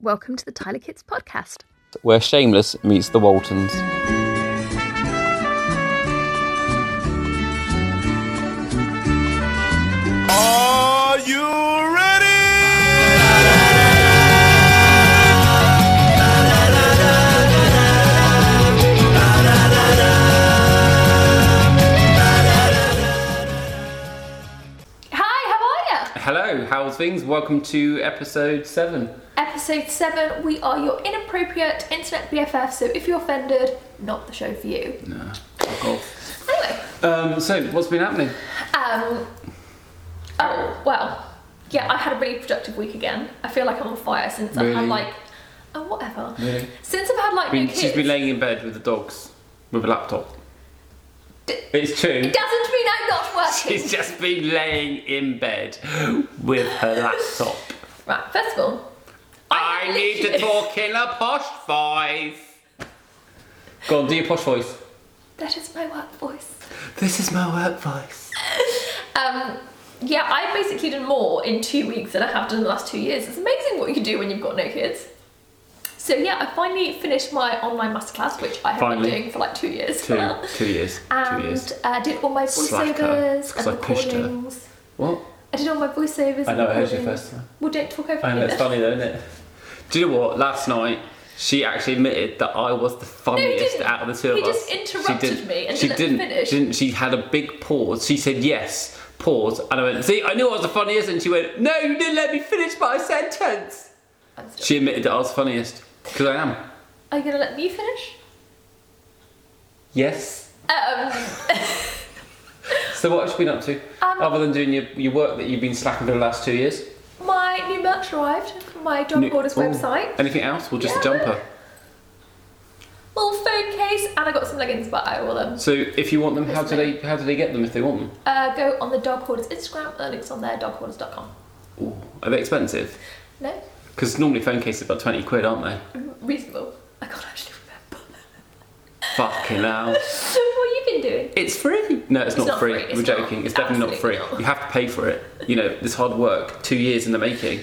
Welcome to the Tyler Kids podcast. where Shameless meets the Waltons. Are you ready? Hi, how are you? Hello, how's things? Welcome to episode seven. Episode 7, we are your inappropriate internet BFF, so if you're offended, not the show for you. Anyway, Um, so, what's been happening? um, oh, well, yeah, I had a really productive week again. I feel like I'm on fire since I've Really? had like, oh, whatever. Really? Since I've had like Been- no she's kids, been laying in bed with the dogs with a laptop. D- It's true. doesn't mean I'm not working. She's just been laying in bed with her laptop. Right, first of all, I need to literally- talk in a posh voice. Go on, do your posh voice. That is my work voice. This is my work voice. Um, yeah, I've basically done more in two weeks than I have done in the last two years. It's amazing what you do when you've got no kids. So yeah, I finally finished my online masterclass, which I have Finally. been doing for like two years Two, now. two years. And two years. uh, did all my Slacker, voiceovers 'cause and I pushed her. recordings. What? I did all my voiceovers. I and know, I heard you recordings. first time. Well, don't talk over I know, me. it's then. funny though, isn't it? Do you know what? Last night, she actually admitted that I was the funniest didn't. out of the two He of us. just interrupted she didn't, me and she didn't let me didn't, finish. She didn't. She had a big pause. She said yes, pause, and I went, see, I knew I was the funniest, and she went, no, you didn't let me finish my sentence. I'm still- She admitted that I was the funniest. Because I am. Are you gonna let me finish? Yes. Um, So what have you been up to? Um, Other than doing your, your work that you've been slacking for the last two years? my new merch arrived. from My John New- Borders Ooh. website. Anything else? Well, just a Yeah. jumper. Little phone case, and I got some leggings, but I will um, So if you want them, how do Listening. they how do they get them if they want them? Uh, go on the Dog Hoarders Instagram. The link's on there, doghoarders.com. Ooh, are they expensive? No? Because normally phone cases are about 20 quid, aren't they? Reasonable. I can't actually remember. Fucking hell. So what have you been doing? It's free. No, it's, It's not, not free. free, it's We're not. joking. It's definitely not free. Absolutely not. You have to pay for it. You know, this hard work, two years in the making,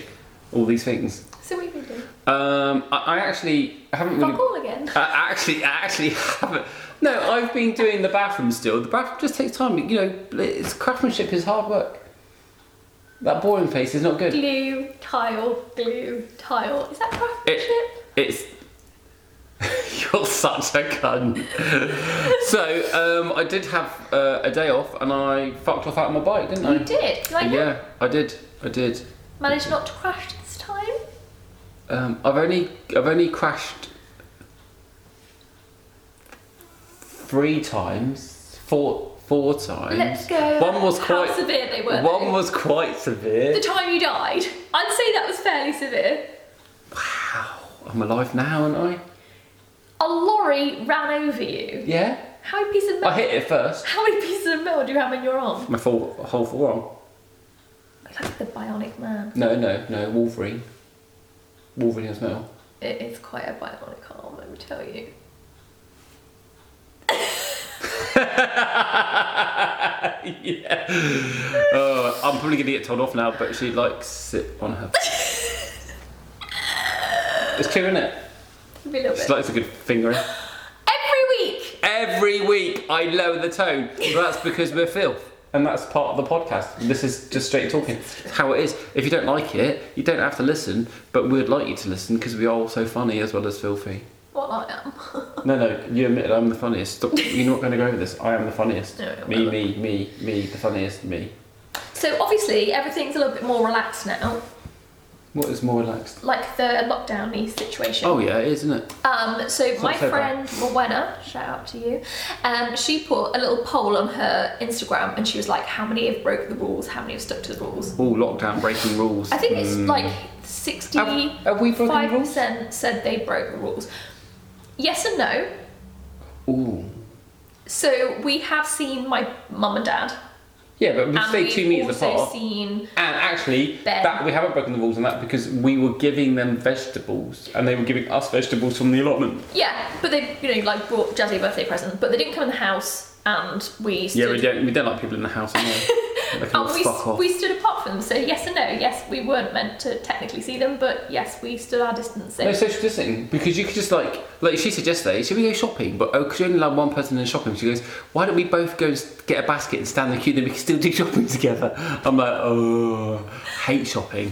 all these things. So what have you been doing? Um, I, I actually haven't really. Fuck all again. I actually, I actually haven't. No, I've been doing the bathroom still. The bathroom just takes time. You know, it's craftsmanship is hard work. That boring face is not good. Glue, tile, glue, tile. Is that It, craftsmanship? it's. You're such a cunt. so, um, I did have uh, a day off and I fucked off out on my bike, didn't I? You did. Like, Um, Yeah, I did. I did. managed not to crash this time. Um, I've only I've only crashed three times, four four times. Let's go. One was How quite severe they were, One though. was quite severe. The time you died. I'd say that was fairly severe. Wow, I'm alive now, aren't I? A lorry ran over you. Yeah. How many pieces of metal? I hit it first. How many pieces of metal do you have in your arm? My full, whole forearm. Like the bionic man. No, no, no. Wolverine. Wolverine has metal. It is quite a bionic arm, let me tell you. yeah. Oh, I'm probably gonna get told off now, but she likes it on her. it's true, isn't it? Maybe a little bit. She likes a good fingering. Every week! Every week I lower the tone. Well, that's because we're filth. And that's part of the podcast. This is just straight talking. It's How it is. If you don't like it, you don't have to listen, but we'd like you to listen because we are all so funny as well as filthy. Well, I am. No, no, you admitted I'm the funniest. Stop. You're not going to go over this. I am the funniest. No, no, me, no. me, me, me, the funniest, me. so obviously everything's a little bit more relaxed now, What is more relaxed? like the lockdowny situation. Oh, yeah, it is, isn't it? Um, so my not so friend Rowena, shout out to you, um, she put a little poll on her Instagram and she was like, how many have broke the rules, how many have stuck to the rules? All lockdown breaking rules. I think it's Mm. like Have- have we broken the rules? 65% said they broke the rules. Yes and no. Ooh. So we have seen my mum and dad. Yeah, but we and stay we've two metres also apart. seen And actually, Ben. that we haven't broken the rules on that because we were giving them vegetables, and they were giving us vegetables from the allotment. Yeah, but they, you know, like brought Jazzy a birthday present, but they didn't come in the house, and we stood, Yeah, we don't we don't like people in the house. Anyway. They can all And we, fuck off. we stood apart from them, so yes and no. Yes, we weren't meant to technically see them, but yes, we stood our distance. So No social distancing because you could just like like she said yesterday. Should we go shopping? But oh, because you only allow one person in shopping. She goes, why don't we both go and s- get a basket and stand in the queue? Then we can still do shopping together. I'm like, oh, hate shopping,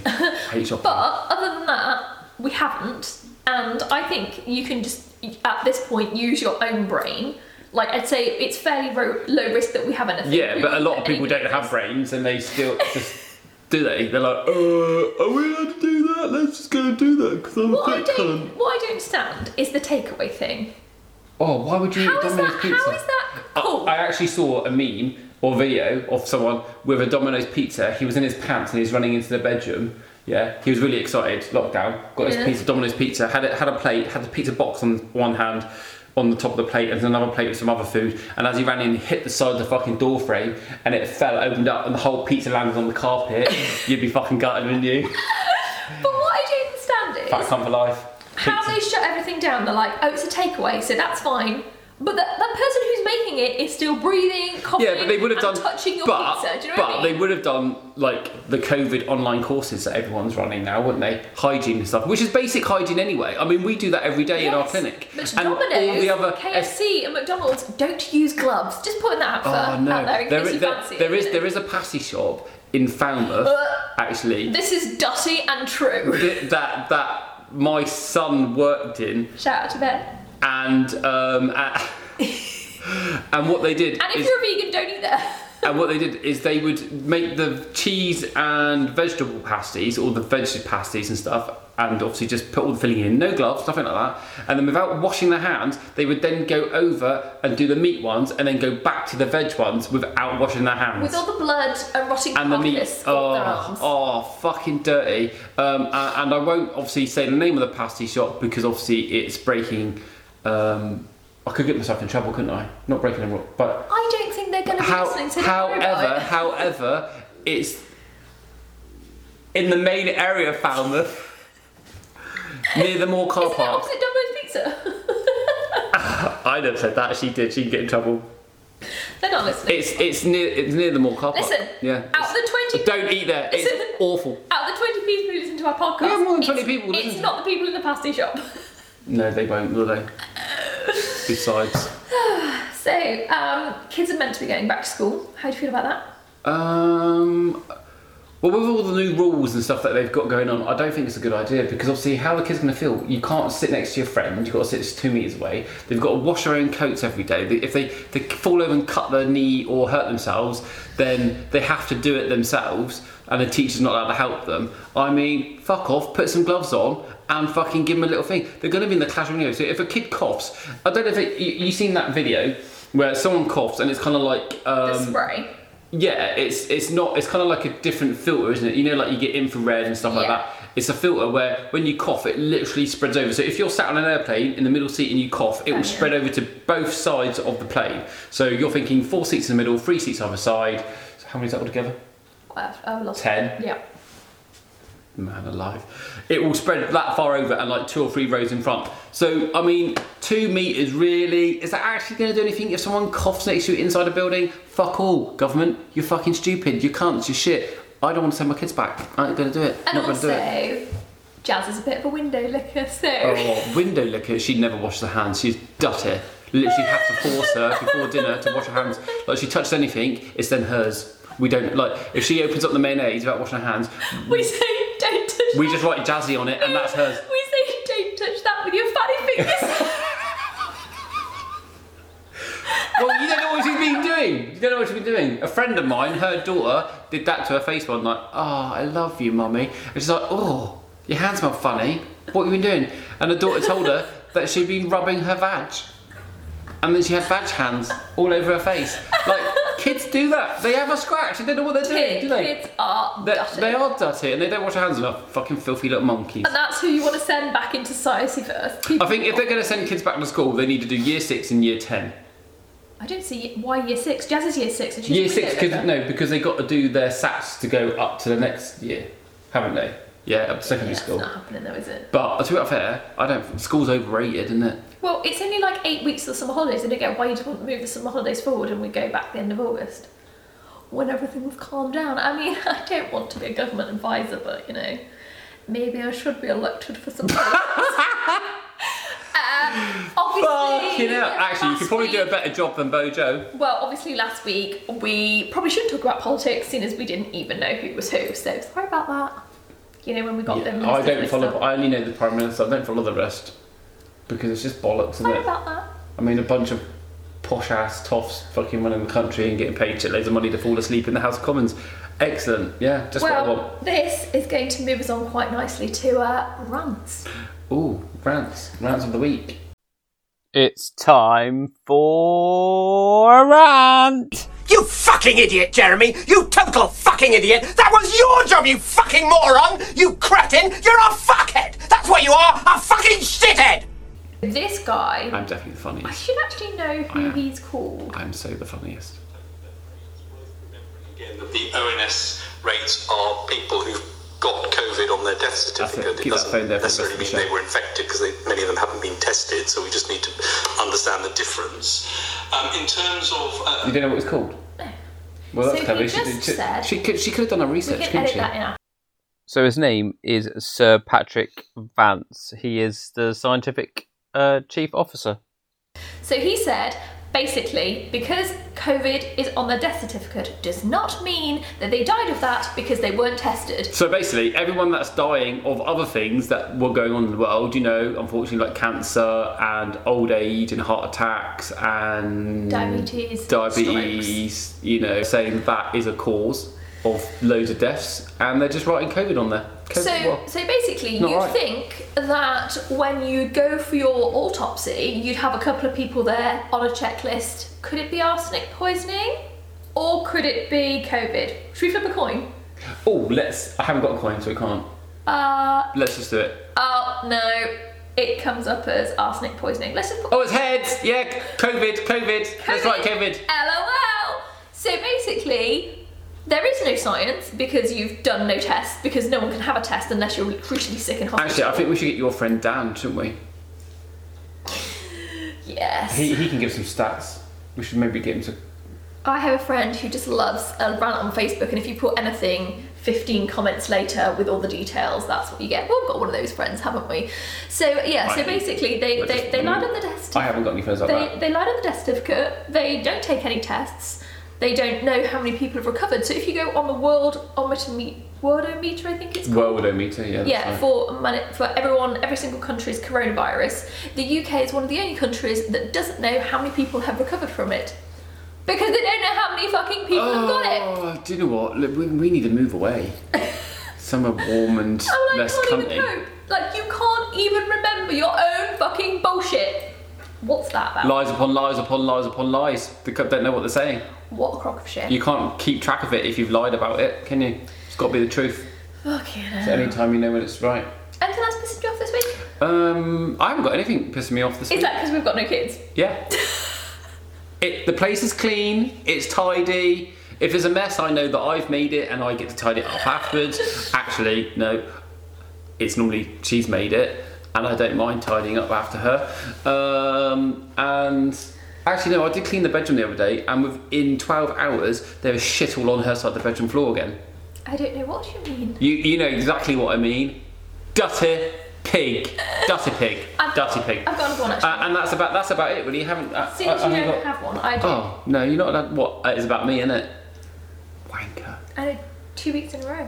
hate shopping. But other than that, we haven't. And I think you can just, at this point, use your own brain. Like, I'd say it's fairly ro- low risk that we have anything. yeah, but a lot of people don't have brains and they still just do they? They're like, uh, are we allowed to do that? Let's just go and do that because I'm What I, a fat cunt. don't, what I don't understand is the takeaway thing. Oh, why would you How eat is Domino's that? pizza? How is that I- cool? I actually saw a meme or video of someone with a Domino's pizza. He was in his pants and he was running into the bedroom. Yeah, he was really excited. Lockdown, got his Yeah. piece of Domino's pizza. Had it had a plate, had the pizza box on one hand, on the top of the plate, and another plate with some other food. And as he ran in, he hit the side of the fucking door frame, and it fell, opened up, and the whole pizza landed on the carpet. You'd be fucking gutted, wouldn't you? but what I don't understand is. Fat cunt for life. how Pizza. they shut everything down. They're like, oh, it's a takeaway, so that's fine. But that, that person who's making it is still breathing, coughing, Yeah, but they would have and done touching your but, pizza. Do you know but what I mean? they would have done like the COVID online courses that everyone's running now, wouldn't they? Hygiene and stuff, which is basic hygiene anyway. I mean, we do that every day in our Yes. clinic, But and Domino's, all the other KFC, and McDonald's don't use gloves. Just putting that out, Oh for, no! out there in There case is you there- fancy there it. is there is a passy shop in Falmouth, Uh. actually. This is dusty and true. that- that that my son worked in, Shout out to Ben. and um, a- and what they did And if is you're a vegan, don't eat there. And what they did is they would make the cheese and vegetable pasties, or the veg pasties and stuff, and obviously just put all the filling in, no gloves, nothing like that. And then without washing their hands, they would then go over and do the meat ones, and then go back to the veg ones without washing their hands. With all the blood and rotting and the meat, carcass on their oh, arms. oh, fucking dirty. Um, a- and I won't obviously say the name of the pasty shop because obviously it's breaking. Um, I could get myself in trouble, couldn't I? Not breaking the rule, but I don't think they're going to be how, listening to this. however, however, it's in the main area of Falmouth, near the Moor car Isn't that park. opposite Domino's Pizza? I never said that. She did. She can get in trouble. they're not listening. It's it's near it's near the Moor car park. Listen, yeah. out of the 20 Don't eat there. It's Listen. awful. Out of the 20 people who listen to our podcast, We have more than 20 it's, people who it's listen. not the people in the pasty shop. No, they won't, will they? Besides, So, um, kids are meant to be going back to school. How do you feel about that? um. Well, with all the new rules and stuff that they've got going on, I don't think it's a good idea because obviously, how are the kids going to feel? You can't sit next to your friend. You've got to sit just two meters away. They've got to wash their own coats every day. They- If they, they fall over and cut their knee or hurt themselves, then they have to do it themselves, and the teacher's not allowed to help them. I mean, fuck off. Put some gloves on and fucking give them a little thing. They're going to be in the classroom anyway. So if a kid coughs, I don't know if it, you, you've seen that video where someone coughs and it's kind of like The um, spray. yeah, it's it's not. It's kind of like a different filter, isn't it? You know, like you get infrared and stuff like Yeah. that. It's a filter where when you cough, it literally spreads over. So if you're sat on an airplane in the middle seat and you cough, it will Oh, yeah. spread over to both sides of the plane. So you're thinking four seats in the middle, three seats either side. So how many is that altogether? Well, I've, I've lost Ten. Yeah. Man alive. It will spread that far over and like two or three rows in front. So, I mean, two metres really, is that actually going to do anything if someone coughs next to you inside a building? Fuck all. Government, you're fucking stupid. You can't, you're shit. I don't want to send my kids back. I ain't going to do it. And Not going to also, do it. Jazz is a bit of a window licker, so. Oh, window licker, she'd never wash her hands. She's dirty. Literally have to force her before dinner to wash her hands. Like, she touches anything, it's then hers. We don't, like, if she opens up the mayonnaise without washing her hands, We say don't touch we that. just write Jazzy on it and that's hers. We say don't touch that with your fatty fingers. Well, you don't know what she's been doing. You don't know what she's been doing. A friend of mine, her daughter, did that to her face one night. Oh, I love you, mummy. And she's like, oh, your hands smell funny. What have you been doing? And the daughter told her that she'd been rubbing her vag. And then she had vag hands all over her face. Like, kids do that. They have a scratch. They don't know what they're doing, do they? Kids are They- gutted. they are dirty and they don't wash their hands enough. Fucking filthy little monkeys. And that's who you want to send back into society first. People I think if they're going to send kids back to school, they need to do year six and year ten. I don't see why year six. Jazz is year six, and she's a Year six, window because licker. no, because they got to do their SATs to go up to the next year, haven't they? Yeah, up to Yeah, secondary it's school. not happening though, is it? But to be fair, I don't. School's overrated, isn't it? Well, it's only like eight weeks of the summer holidays. I don't get why you didn't move the summer holidays forward and we go back the end of August. when everything's calmed down. I mean, I don't want to be a government advisor, but you know, maybe I should be elected for something. Uh, obviously, Fucking hell. Actually, you last could probably do a week- better job than Bojo. Well, obviously, last week we probably should talk about politics, seeing as we didn't even know who was who. So sorry about that. You know when we got them. I don't follow. I only know the prime minister. I don't follow the rest because it's just bollocks, isn't Sorry it? about that. I mean, a bunch of posh ass toffs fucking running the country and getting paid shitloads of money to fall asleep in the House of Commons. Excellent. Yeah, just what I want. Well, this is going to move us on quite nicely to uh, rants. Ooh, rants, rants of the week. It's time for a rant. You fucking idiot, Jeremy! You total fucking idiot! That was your job, you fucking moron! You cretin! You're a fuckhead! That's what you are! A fucking shithead! This guy, I'm definitely the I funniest. should actually know who he's called. I'm so the funniest. Again, that the ONS rates are people who've got COVID on their death certificate. Keep that doesn't phone there for the necessarily mean rest of the they show. were infected because many of them haven't been tested. So we just need to understand the difference. Um, in terms of uh, You don't know what it's called? Well, So that's he clever. She, just she, said- she could, she could have done her We research, can couldn't edit she? that in. After. So his name is Sir Patrick Vance. He is the scientific uh, chief officer. So he said, basically, because COVID is on their death certificate, does not mean that they died of that because they weren't tested. So basically, everyone that's dying of other things that were going on in the world, you know, unfortunately, like cancer and old age and heart attacks and Diabetes, diabetes, you know, saying that is a cause of loads of deaths, and they're just writing COVID on there. COVID, So, well, so basically, not you right. think that when you go for your autopsy, you'd have a couple of people there on a checklist. Could it be arsenic poisoning, or could it be COVID? Should we flip a coin? oh, let's. I haven't got a coin, so we can't. Uh, Let's just do it. oh no, it comes up as arsenic poisoning. Let's just put Oh, it's heads. Yeah, COVID, COVID. That's right, COVID. LOL. So basically, there is no science because you've done no tests because no one can have a test unless you're crucially sick and hospital. Actually, I think we should get your friend Dan, shouldn't we? yes. He, he can give some stats. We should maybe get him to I have a friend who just loves a rant on Facebook, and if you put anything 15 comments later with all the details, that's what you get. Well, we've got one of those friends, haven't we? So, yeah, so I- basically, they, I they, just- mm. they lied on the test. I haven't got any friends like They, that. they lied on the death certificate. They don't take any tests. They don't know how many people have recovered. So if you go on the world ometer, worldometer, I think it's called. World odometer, yeah. that's Yeah, right. for man- for everyone, every single country's coronavirus. The UK is one of the only countries that doesn't know how many people have recovered from it because they don't know how many fucking people have got it. Oh, do you know what? Look, we, we need to move away. Somewhere warm and I'm like, Oh. less Oh, can't cunty. even cope. Like, you can't even remember your own fucking bullshit. What's that about? Lies upon lies upon lies upon lies. They c- don't know what they're saying. what a crock of shit. You can't keep track of it if you've lied about it, can you? It's got to be the truth. Fucking hell. So anytime you know when it's right. Anything else pissing you off this week? Um, I haven't got anything pissing me off this Is week. that because we've got no kids? Yeah. it, the place is clean, it's tidy. If there's a mess, I know that I've made it and I get to tidy it up afterwards. Actually, no, it's normally she's made it and I don't mind tidying up after her. Um, and actually, no, I did clean the bedroom the other day and within 12 hours, there was shit all on her side of the bedroom floor again. I don't know what you mean. You, you know exactly what I mean. Dutty pig. Dutty pig. I've- Dutty pig. I've got another one, actually. Uh, and that's about that's about it, really. Haven't uh, Since uh, you haven't don't got- have one, I do. Oh no, you're not allowed. What? It's about me, isn't it? Wanker. I know two weeks in a row.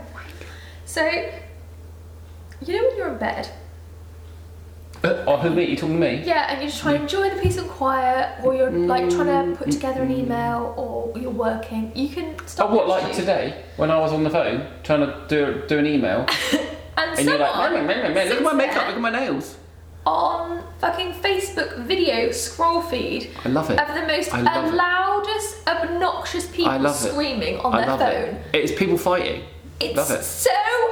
So, you know when you're in bed, Oh, who me? You talking to me? yeah, and you're just trying to enjoy the peace and quiet, or you're like trying to put together an email, or you're working, you can Oh, stop. what? Like watching. today, when I was on the phone trying to do do an email, And, and you're like, someone "Man, man, man, man, look at my sits makeup, there look at my nails. on fucking Facebook video scroll feed. I love it. Of the most I love it. loudest, obnoxious people I love it. screaming on I their love phone. it. It's people fighting. It's Love it. so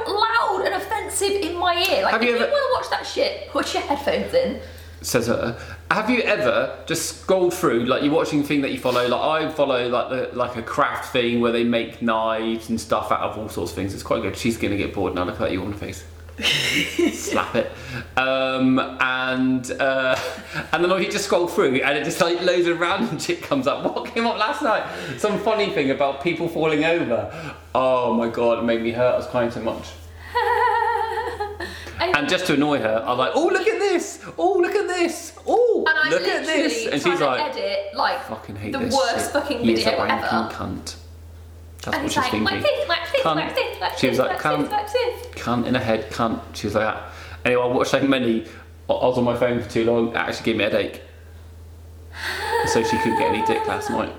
loud and offensive in my ear. Like, Have if you you ever- want to watch that shit, put your headphones in. says her. Have you ever just scrolled through like you're watching a thing that you follow? Like I follow like the, like a craft thing where they make knives and stuff out of all sorts of things. It's quite good. She's gonna get bored now. Look at you on the face. slap it. Um, and uh, and then like, you just scroll through, and it just like loads of random shit comes up. What came up last night? Some funny thing about people falling over. Oh my god, it made me hurt. I was crying so much. and, And just to annoy her, I'm like, oh look at this, oh look at this, oh and I'm look literally at this, and trying she's like, to edit like fucking hate the this worst shit. fucking He is video a wanking ever. cunt. That's what And he's she's like, thinking. like this, like this, Cunt. like this, like she was this, like, like this, cunt, like this. cunt in her head, cunt. She was like that. Anyway, I watched so many. I I was on my phone for too long. It actually gave me a headache. So she couldn't get any dick last night.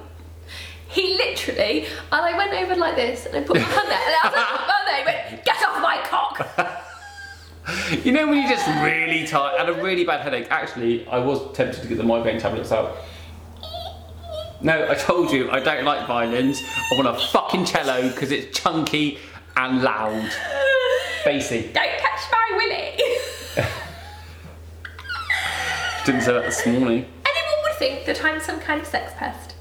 He literally, and I went over like this, and I put my hand there, and I was like, "Mother," he went, "Get off my cock!" You know when you're just really tired, had a really bad headache. Actually, I was tempted to get the migraine tablets out. No, I told you I don't like violins. I want a fucking cello because it's chunky and loud, bassy. Don't touch my willy. Didn't say that this morning. Anyone would think that I'm some kind of sex pest.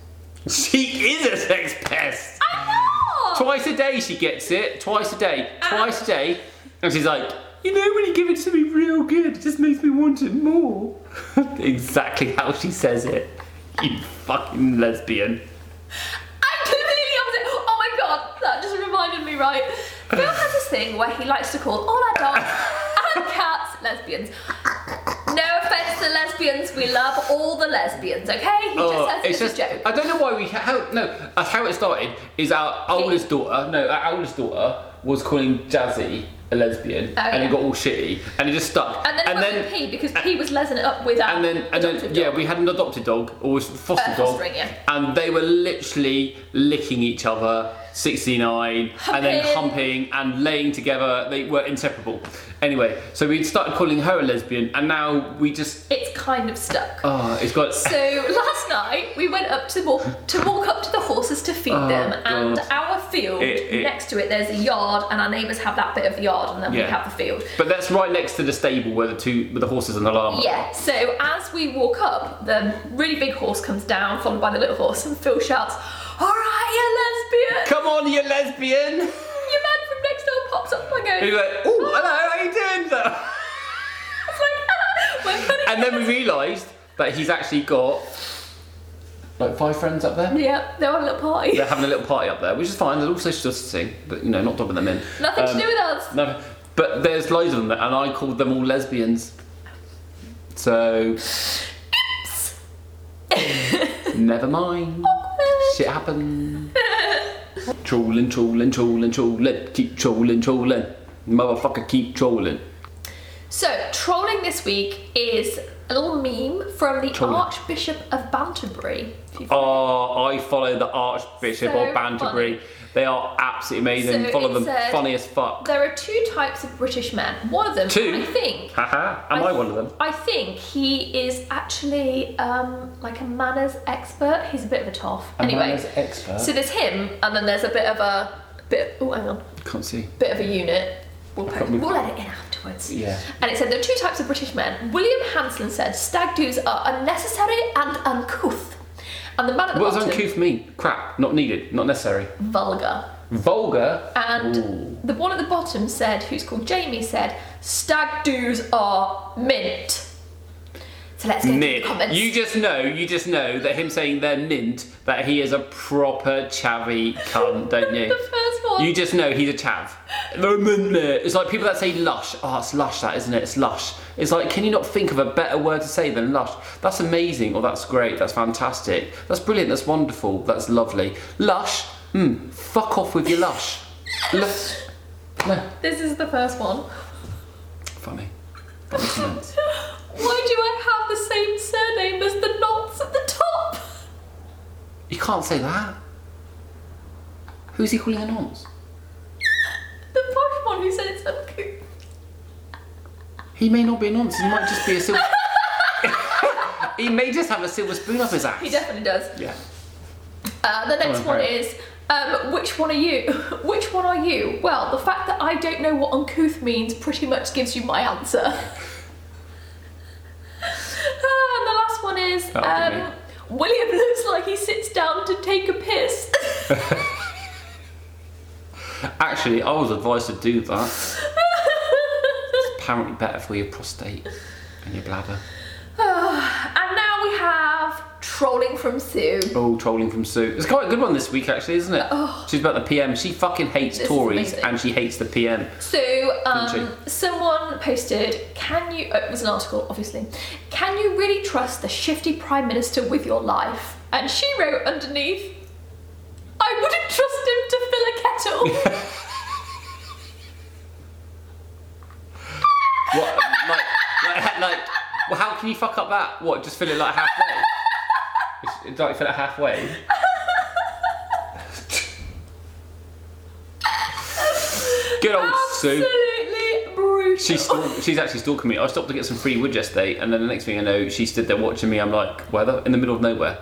She is a sex pest. I'm not. Twice a day she gets it. Twice a day. Twice a day. And she's like, you know when you give it to me real good, it just makes me want it more. exactly how she says it. You fucking lesbian. I'm completely opposite. Oh my god, that just reminded me, right? Phil has this thing where he likes to call all our dogs and cats lesbians. No offense to lesbians, we love all the lesbians, okay? He Oh, just says it's, a joke. I don't know why we how no that's how it started is our oldest daughter no our oldest daughter was calling Jazzy a lesbian Oh, and yeah. it got all shitty and it just stuck and then it went with P because P was lesing it up with our and then and adopted then yeah dog. we had an adopted dog or was foster Uh, dog fostering, yeah. and they were literally licking each other 69 and then Humping. humping and laying together they were inseparable anyway so we started calling her a lesbian and now we just It's kind of stuck. oh it's got So last night we went up to walk to walk up to the horses to feed them, and Oh, God. our field It- it- next to it there's a yard, and our neighbours have that bit of the yard, and then Yeah. we have the field. but that's right next to the stable where the two with the horses and the llama Yeah. So as we walk up, the really big horse comes down, followed by the little horse, and Phil shouts, "All right, you lesbian!" come on you lesbian Your man from next door pops up and goes, and he's like oh hello how you doing "It's like, we're putting and then we realised that he's actually got like five friends up there yeah, they're on a little party. they're having a little party up there, which is fine. They're all social distancing, but you know, not dumping them in. Nothing Um, to do with us. No, but there's loads of them, and I called them all lesbians. So never mind. Shit happened. trolling, trolling, trolling, trolling. Keep trolling, trolling. Motherfucker, keep trolling. So trolling this week is a little meme from the Trolling. Archbishop of Banterbury. If you've Oh, I follow the Archbishop So of Banterbury. funny. They are absolutely amazing. So follow it them, said- funny as fuck. There are two types of British men. One of them, Two? I think. Haha, am I, one of them? I think he is actually um, like a manners expert. He's a bit of a toff. anyway, manners expert? So there's him, and then there's a bit of a bit. Oh, hang on, Can't see. bit of a unit. We'll, post, remember. we'll edit it in afterwards. Yeah. And it said there are two types of British men. William Hanson said stag do's are unnecessary and uncouth, and the man at the What does bottom uncouth mean? Crap, not needed, not necessary. vulgar. Vulgar. And Ooh. the one at the bottom said, who's called Jamie, said, stag doos are mint. So let's get to the Mint. comments. You just know, you just know that him saying they're mint, that he is a proper chavvy cunt, don't you? The first one. You just know he's a chav. They're mint, mate. It's like people that say lush. Oh, it's lush, that isn't it? It's lush. It's like, can you not think of a better word to say than lush? That's amazing, or that's great, that's fantastic, that's brilliant, that's wonderful, that's lovely. Lush, hmm, fuck off with your lush. Lush. No. This is the first one. Funny. Funny comments. Why do I have the same surname as the knots at the top? You can't say that. Who's he calling a nonce? The posh one who said it's uncouth. He may not be a nonce, he might just be a silver. he may just have a silver spoon up his ass. He definitely does. yeah. Uh, the next on, one hurry is, um, which one are you? which one are you? Well, the fact that I don't know what uncouth means pretty much gives you my answer. Ah, and the last one is, That'll be um, William looks like he sits down to take a piss. Actually, I was advised to do that. apparently better for your prostate and your bladder. And now we have trolling from Sue. Oh, trolling from Sue. It's quite a good one this week, actually, isn't it? She's about the PM. She fucking hates Oh. This is Tories amazing. and she hates the PM. So, um, Country. someone posted, "Can you?" uh, It was an article, obviously. Can you really trust the shifty prime minister with your life? And she wrote underneath, "I wouldn't trust him to fill a kettle." What? Like, like, like, well, how can you fuck up that? What? Just fill it like halfway? It's- it's like fill it halfway. Good old Oh, Sue. Absolutely brutal. She's stalk- she's actually stalking me. I stopped to get some free wood yesterday, and then the next thing I know, she stood there watching me. I'm like, where the in the middle of nowhere.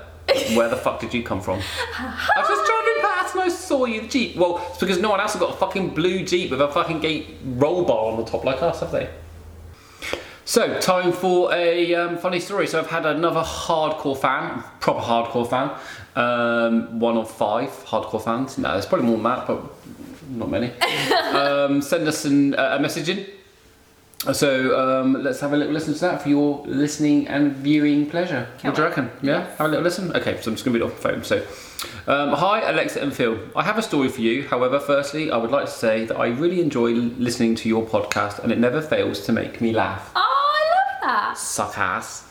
Where the fuck did you come from? I was just driving past and I saw you the jeep. Well, it's because no one else has got a fucking blue jeep with a fucking gate roll bar on the top like us, have they? So, time for a um, funny story. So, I've had another hardcore fan, proper hardcore fan, um, one of five hardcore fans. No, there's probably more than that, but not many. um, send us an, uh, a message in. So um, let's have a little listen to that for your listening and viewing pleasure. what do you reckon? Yeah? Have a little listen? Okay, so I'm just going to read it off the phone. So, um, hi, Alexa and Phil. I have a story for you. However, firstly, I would like to say that I really enjoy l- listening to your podcast and it never fails to make me laugh. Oh, I love that. Suck ass.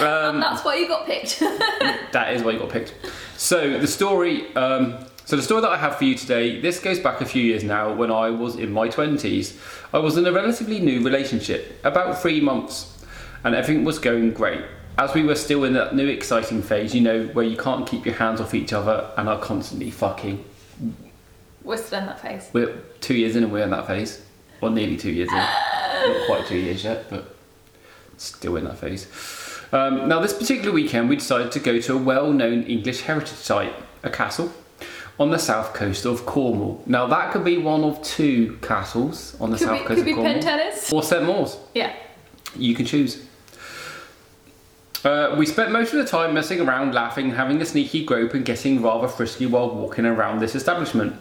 Um, That's why you got picked. that is why you got picked. So the story, um, so the story that I have for you today, this goes back a few years now when I was in my twenties. I was in a relatively new relationship, about three months, and everything was going great. As we were still in that new exciting phase, you know, where you can't keep your hands off each other and are constantly fucking. We're still in that phase. We're two years in and we're in that phase, or nearly two years in. Not quite two years yet, but still in that phase. Um, now, this particular weekend, we decided to go to a well known English heritage site, a castle, on the south coast of Cornwall. Now, that could be one of two castles on the Could south be, coast could of be Cornwall. pen tennis. Or St. Moores. Yeah. You can choose. Uh, we spent most of the time messing around, laughing, having a sneaky grope, and getting rather frisky while walking around this establishment.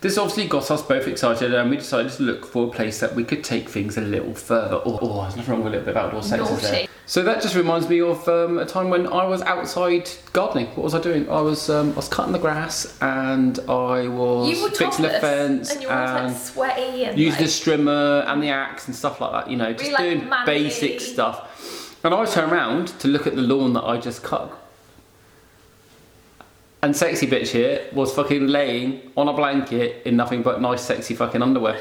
This obviously got us both excited, and we decided to look for a place that we could take things a little further. Oh, oh there's nothing wrong with a little bit of outdoor sex. is there? Naughty. So that just reminds me of um, a time when I was outside gardening. What was I doing? I was um, I was cutting the grass, and I was You were topless, fixing the fence, and you were always, like sweaty and using like, the strimmer and the axe and stuff like that. You know, just like doing manly. basic stuff. And I turn around to look at the lawn that I just cut. And sexy bitch here was fucking laying on a blanket in nothing but nice, sexy fucking underwear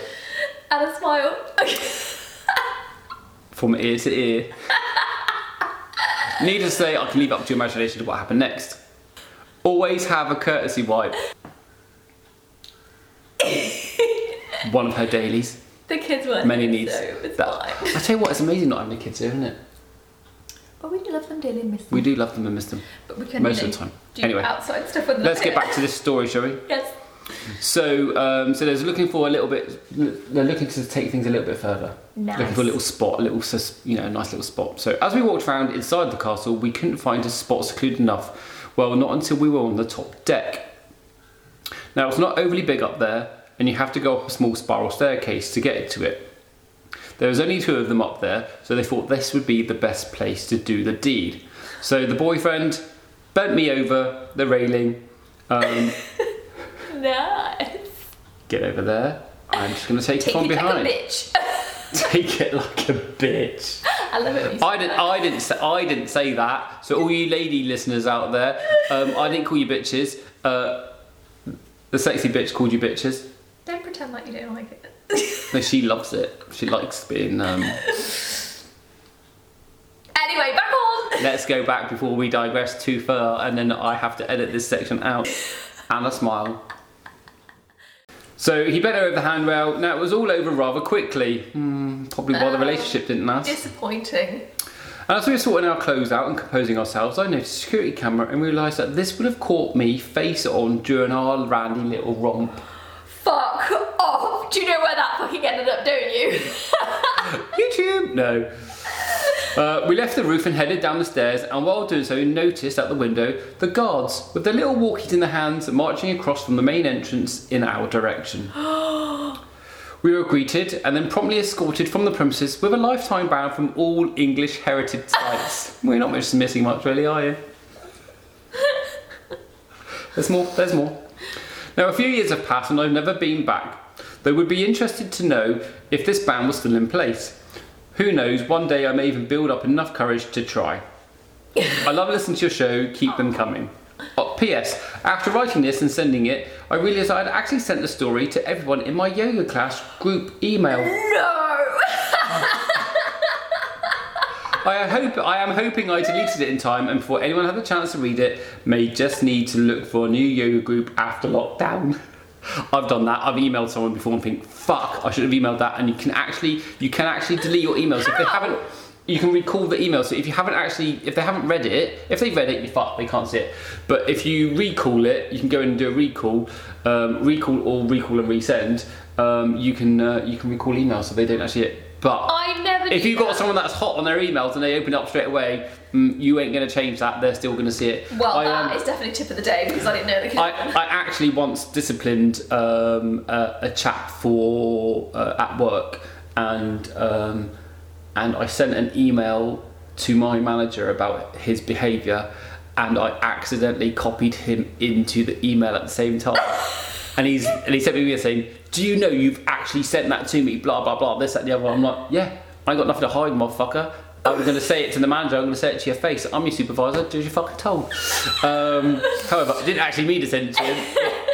and a smile. from ear to ear. Needless to say, I can leave up to your imagination what happened next. Always have a courtesy wipe. One of her dailies. the kids weren't. Many here, needs. So it was that. fine. I tell you what, it's amazing not having the kids here, isn't it? But we do love them dearly, and miss them. We do love them and miss them. But we can most really of the time. Do Anyway. outside stuff with them. Let's get back to this story, shall we? yes. So, um, so they're looking for a little bit. They're looking to take things a little bit further. Nice. Looking for a little spot, a little, sus- you know, nice little spot. So, as we walked around inside the castle, we couldn't find a spot secluded enough. Well, not until we were on the top deck. Now, it's not overly big up there, and you have to go up a small spiral staircase to get to it. There was only two of them up there, so they thought this would be the best place to do the deed. So the boyfriend bent me over the railing. Um, Nice. get over there. I'm just going to take, it Take from it behind. like a bitch. take it like a bitch. I love it. when you say I didn't. I didn't. Say, I didn't say that. So all you lady listeners out there, um, I didn't call you bitches. Uh, the sexy bitch called you bitches. that. Don't pretend like you don't like it. No, she loves it. She likes being. Um, anyway, back on. let's go back before we digress too far, and then I have to edit this section out. And a smile. So he bent over the handrail. Now it was all over rather quickly. Hmm, probably why the Oh. relationship didn't last. Disappointing. And As we were sorting our clothes out and composing ourselves, I noticed a security camera and realised that this would have caught me face on during our randy little romp. Fuck off. Do you know where that fucking ended up, don't you? YouTube! No. Uh, we left the roof and headed down the stairs, and while doing so, noticed at the window the guards with their little walkies in their hands marching across from the main entrance in our direction. We were greeted and then promptly escorted from the premises with a lifetime ban from all English heritage sites. We're not much missing much, really, are you? There's more, there's more. Now, a few years have passed and I've never been back. They would be interested to know if this ban was still in place. Who knows, one day I may even build up enough courage to try. I love listening to your show, keep them coming. Oh, P.S. After writing this and sending it, I realised I had actually sent the story to everyone in my yoga class group email. No! I hope I am hoping I deleted it in time, and before anyone had the chance to read it, may just need to look for a new yoga group after lockdown. I've done that. I've emailed someone before and think, "Fuck, I should have emailed that." And you can actually, you can actually delete your emails if they haven't. You can recall the email. So if you haven't actually, if they haven't read it, if they read it, you fuck, they can't see it. But if you recall it, you can go in and do a recall, um, recall or recall and resend. Um, you can uh, you can recall emails so they don't actually. But I never If do you got that. someone someone that's hot on their emails and they open it up straight away, mm, you ain't going to change that. They're still going to see it. Well, uh, I, that is um, definitely tip of the day because I didn't know they could. I, I actually once disciplined um, a, a chap for uh, at work, and um, and I sent an email to my manager about his behaviour, and I accidentally copied him into the email at the same time, and he's and he sent me a saying, "Do you know you've actually sent that to me?" Blah blah blah. This that and the other. I'm like, yeah, I got nothing to hide, motherfucker. I'm going to say it to the manager. I'm going to say it to your face. I'm your supervisor. Do as you fucking told. Um, however, I didn't actually mean to send it to him.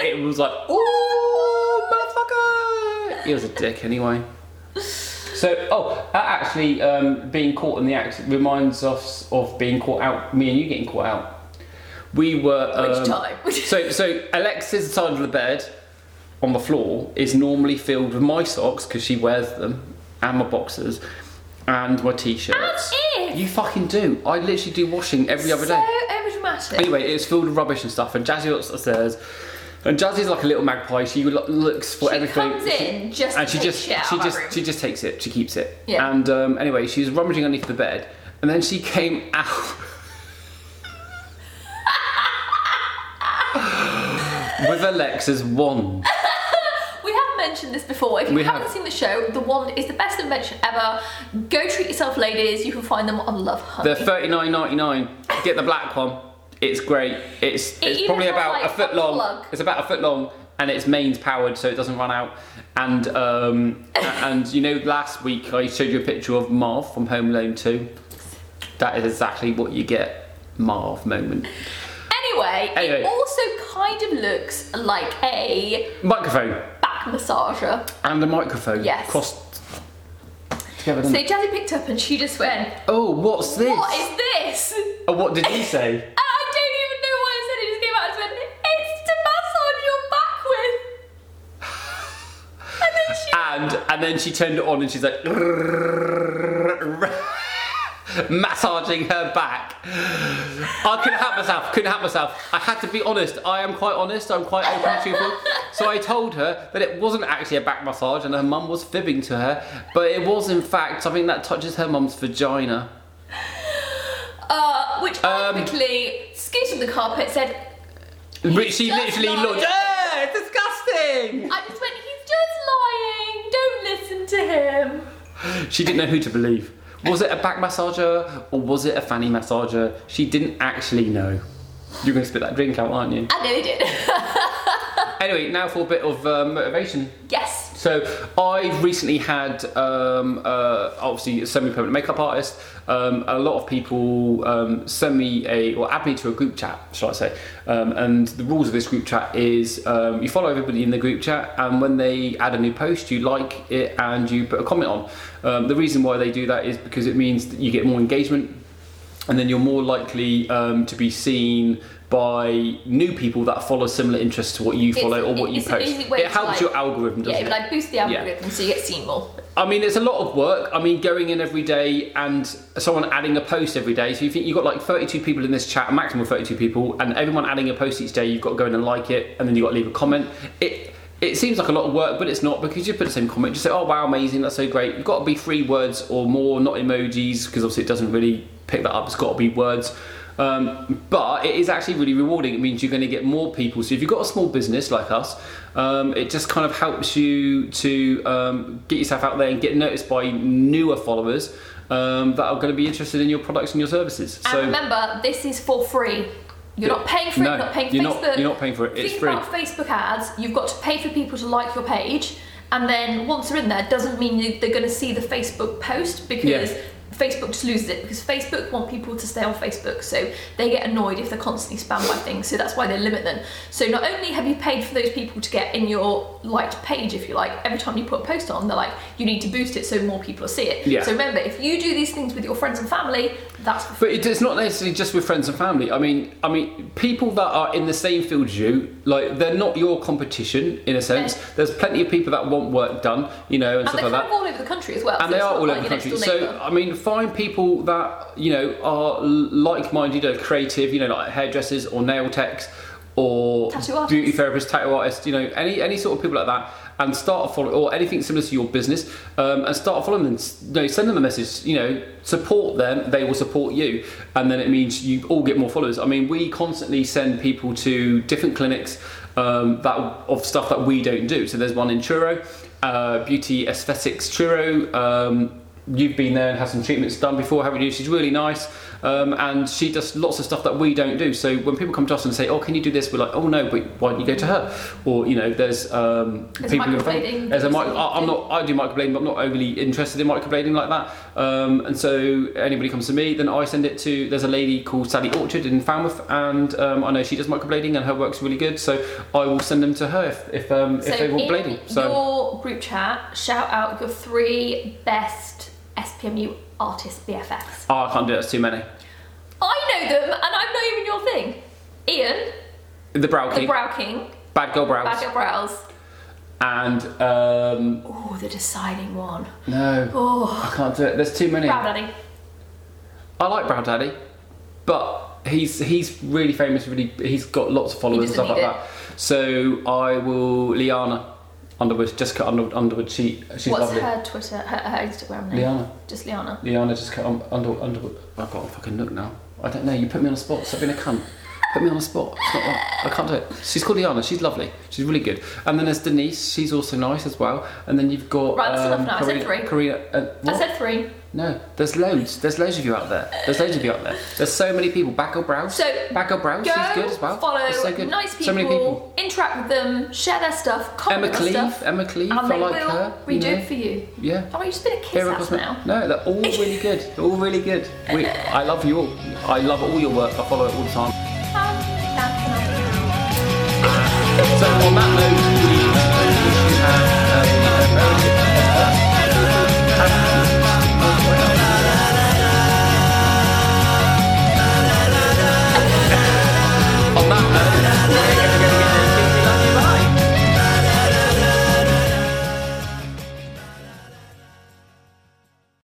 It was like, ooh, motherfucker. He was a dick anyway. So, oh, that actually um, being caught in the act reminds us of being caught out. Me and you getting caught out. We were. Um, Which time? so, so Alexa's side of the bed on the floor is normally filled with my socks because she wears them and my boxers and my t-shirts. As if! You fucking do. I literally do washing every other so day. overdramatic. Anyway, it's filled with rubbish and stuff, and Jazzy looks upstairs. And Jazzy's like a little magpie. She lo- looks for She everything. comes in just and to she take just shit out she of my just room. she just takes it. She keeps it. Yeah. And um, anyway, she was rummaging underneath the bed, and then she came out with Alexa's wand. We have mentioned this before. If you We haven't have. seen the show, The Wand is the best invention ever. Go treat yourself, ladies. You can find them on Love Honey. They're thirty nine ninety nine. Get the black one. It's great. It's It it's even probably has, about like, a foot a long. plug. It's about a foot long, and it's mains powered, so it doesn't run out. And um, a- and you know, last week I showed you a picture of Marv from Home Alone Two. That is exactly what you get, Marv moment. anyway, Anyway. it also kind of looks like a Microphone back massager. and a microphone. Yes. Crossed together. So doesn't it? Jazzy picked up and she just went, Mm. oh, what's this? What is this? And Oh, what did you say? I don't even know why I said it. It just came out and went, It's to massage your back with. and then she. and and then she turned it on and she's like massaging her back. I couldn't help myself. Couldn't help myself. I had to be honest. I am quite honest. I'm quite open and truthful. So I told her that it wasn't actually a back massage, and her mum was fibbing to her, but it was in fact something that touches her mum's vagina. Uh, which I Um, quickly scooted the carpet, said, Which she just literally lying. looked. "Eh, it's disgusting. I just went, He's just lying. Don't listen to him. She didn't know who to believe. Was it a back massager or was it a fanny massager? She didn't actually know. You're going to spit that drink out, aren't you? I nearly did. Anyway, now for a bit of uh, motivation. yes. So I recently had um, uh, obviously a semi-permanent makeup artist. Um, a lot of people um, send me a or add me to a group chat, shall I say? Um, and the rules of this group chat is um, you follow everybody in the group chat, and when they add a new post, you like it and you put a comment on. Um, the reason why they do that is because it means that you get more engagement and then you're more likely um, to be seen by new people that follow similar interests to what you follow or what you it's an post. easy way It to, helps like- your algorithm, doesn't Yeah, it? but I boost the algorithm so you get seen more. I mean, it's a lot of work. I mean, going in every day and someone adding a post every day. So you think you've got like 32 people in this chat, a maximum of 32 people, and everyone adding a post each day. You've got to go in and like it, and then you've got to leave a comment. It it seems like a lot of work, but it's not because you put the same comment. Just say, "Oh wow, amazing! That's so great." You've got to be three words or more, not emojis, because obviously it doesn't really pick that up. It's got to be words. Um, but it is actually really rewarding. It means you're going to get more people. So if you've got a small business like us, um, it just kind of helps you to um, get yourself out there and get noticed by newer followers um, that are going to be interested in your products and your services. And so remember, this is for free. You're not paying for it. No, You're not paying for you're not- Facebook. you're not paying for it, it's Think free. about Facebook ads. You've got to pay for people to like your page, and then once they're in there, doesn't mean you, they're going to see the Facebook post because. Yeah. Facebook just loses it because Facebook want people to stay on Facebook, so they get annoyed if they're constantly spammed by things. So that's why they limit them. So not only have you paid for those people to get in your liked page, if you like, every time you put a post on, they're like, you need to boost it so more people see it. Yeah. So remember, if you do these things with your friends and family, that's for free. But it- it's not necessarily just with friends and family. I mean, I mean, people that are in the same field as you, like they're not your competition in a sense. Yeah. There's plenty of people that want work done, you know, and, And stuff they're like kind that. of all over the country as well. and so they it's are not all like over the your country. next door So neighbour. I mean, find people that you know are l- like-minded, or creative. You know, like hairdressers or nail techs or Tattoo artists. beauty therapists, tattoo artists. You know, any any sort of people like that, and start following or anything similar to your business, um, and start following them. S- You know, send them a message. You know, support them. They will support you, and then it means you all get more followers. I mean, we constantly send people to different clinics. Um, that of stuff that we don't do. So there's one in Truro, uh, beauty aesthetics Truro. Um, you've been there and had some treatments done before, haven't you? She's really nice, um, and she does lots of stuff that we don't do. So when people come to us and say, "Oh, can you do this?" We're like, "Oh no, but why don't you go to her?" Or you know, there's um, There's people microblading. There's a mic- I- I'm not. I do microblading, but I'm not overly interested in microblading like that. Um, and so anybody comes to me, then I send it to. There's a lady called Sally Orchard in Falmouth, and um, I know she does microblading, and her work's really good. So I will send them to her if if, um, if they want in blading. So. your group chat, shout out your three best SPMU artist BFFs. Oh, I can't do it. That's too many. I know them, and I'm not even your thing. Ian, The brow the king, Brow King, bad girl brows, Bag of Brows. and um, Oh, the deciding one. Oh, no, I can't do it. There's too many. Brow Daddy. I like Brow Daddy, but he's he's really famous. Really, he's got lots of followers and doesn't stuff like need that. So I will Liana Underwood, Jessica Underwood. Underwood she she's What's lovely. her Twitter, her, her Instagram name? Liana. Just Liana. Liana Jessica um, Underwood. Underwood. I've got to fucking look now. I don't know. You put me on the spot. Stop being a cunt. Put me on the spot. It's not right. I can't do it. She's called Liana. She's lovely. She's really good. And then there's Denise. She's also nice as well. And then you've got Right, that's um, enough now. I said Karina. three. Karina. Uh, I what? said three. No, there's loads. There's loads of you out there. There's loads of you out there. There's so many people. Back or brows. So back or brows. Go She's good as well. follow That's so good. nice people, So many people. interact with them, share their stuff, comment Emma on their Cleave. stuff, Emma Cleave. I and they like will her. redo you know. it for you. Yeah. Oh, you've just been a kiss Erica ass Cosme- now. No, they're all really good. They're all really good. We, I love you all. I love all your work. I follow it all the time. Um, that's nice. So on that note.